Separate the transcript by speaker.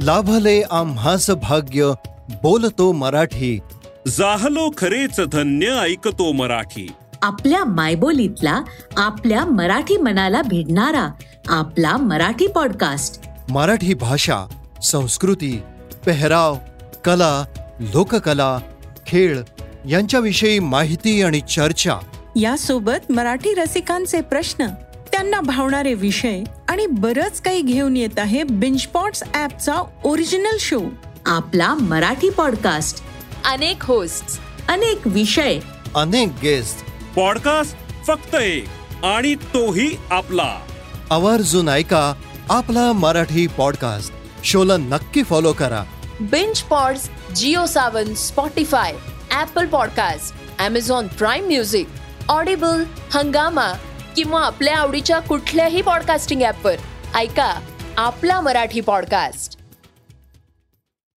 Speaker 1: लाभले आम्हास भाग्य बोलतो मराठी
Speaker 2: जाहलो खरेच धन्य ऐकतो मराठी
Speaker 3: आपल्या मायबोलीतला आपल्या मराठी मनाला भिडणारा आपला मराठी पॉडकास्ट
Speaker 1: मराठी भाषा संस्कृती पेहराव कला लोककला खेळ यांच्याविषयी माहिती आणि चर्चा
Speaker 4: यासोबत मराठी रसिकांचे प्रश्न त्यांना भावणारे विषय आणि बरंच काही घेऊन येत आहे बिंचपॉट्स ॲपचा ओरिजिनल शो
Speaker 3: आपला मराठी पॉडकास्ट
Speaker 5: अनेक होस्ट
Speaker 3: अनेक विषय
Speaker 1: अनेक गेस्ट
Speaker 2: पॉडकास्ट फक्त एक आणि तोही आपला
Speaker 1: आवर्जून ऐका आपला मराठी पॉडकास्ट शोला नक्की फॉलो करा
Speaker 5: binge pods Jio Saavn Spotify Apple podcast Amazon prime music Audible Hungama किंवा आपल्या आवडीच्या कुठल्याही पॉडकास्टिंग ॲपवर ऐका आपला मराठी पॉडकास्ट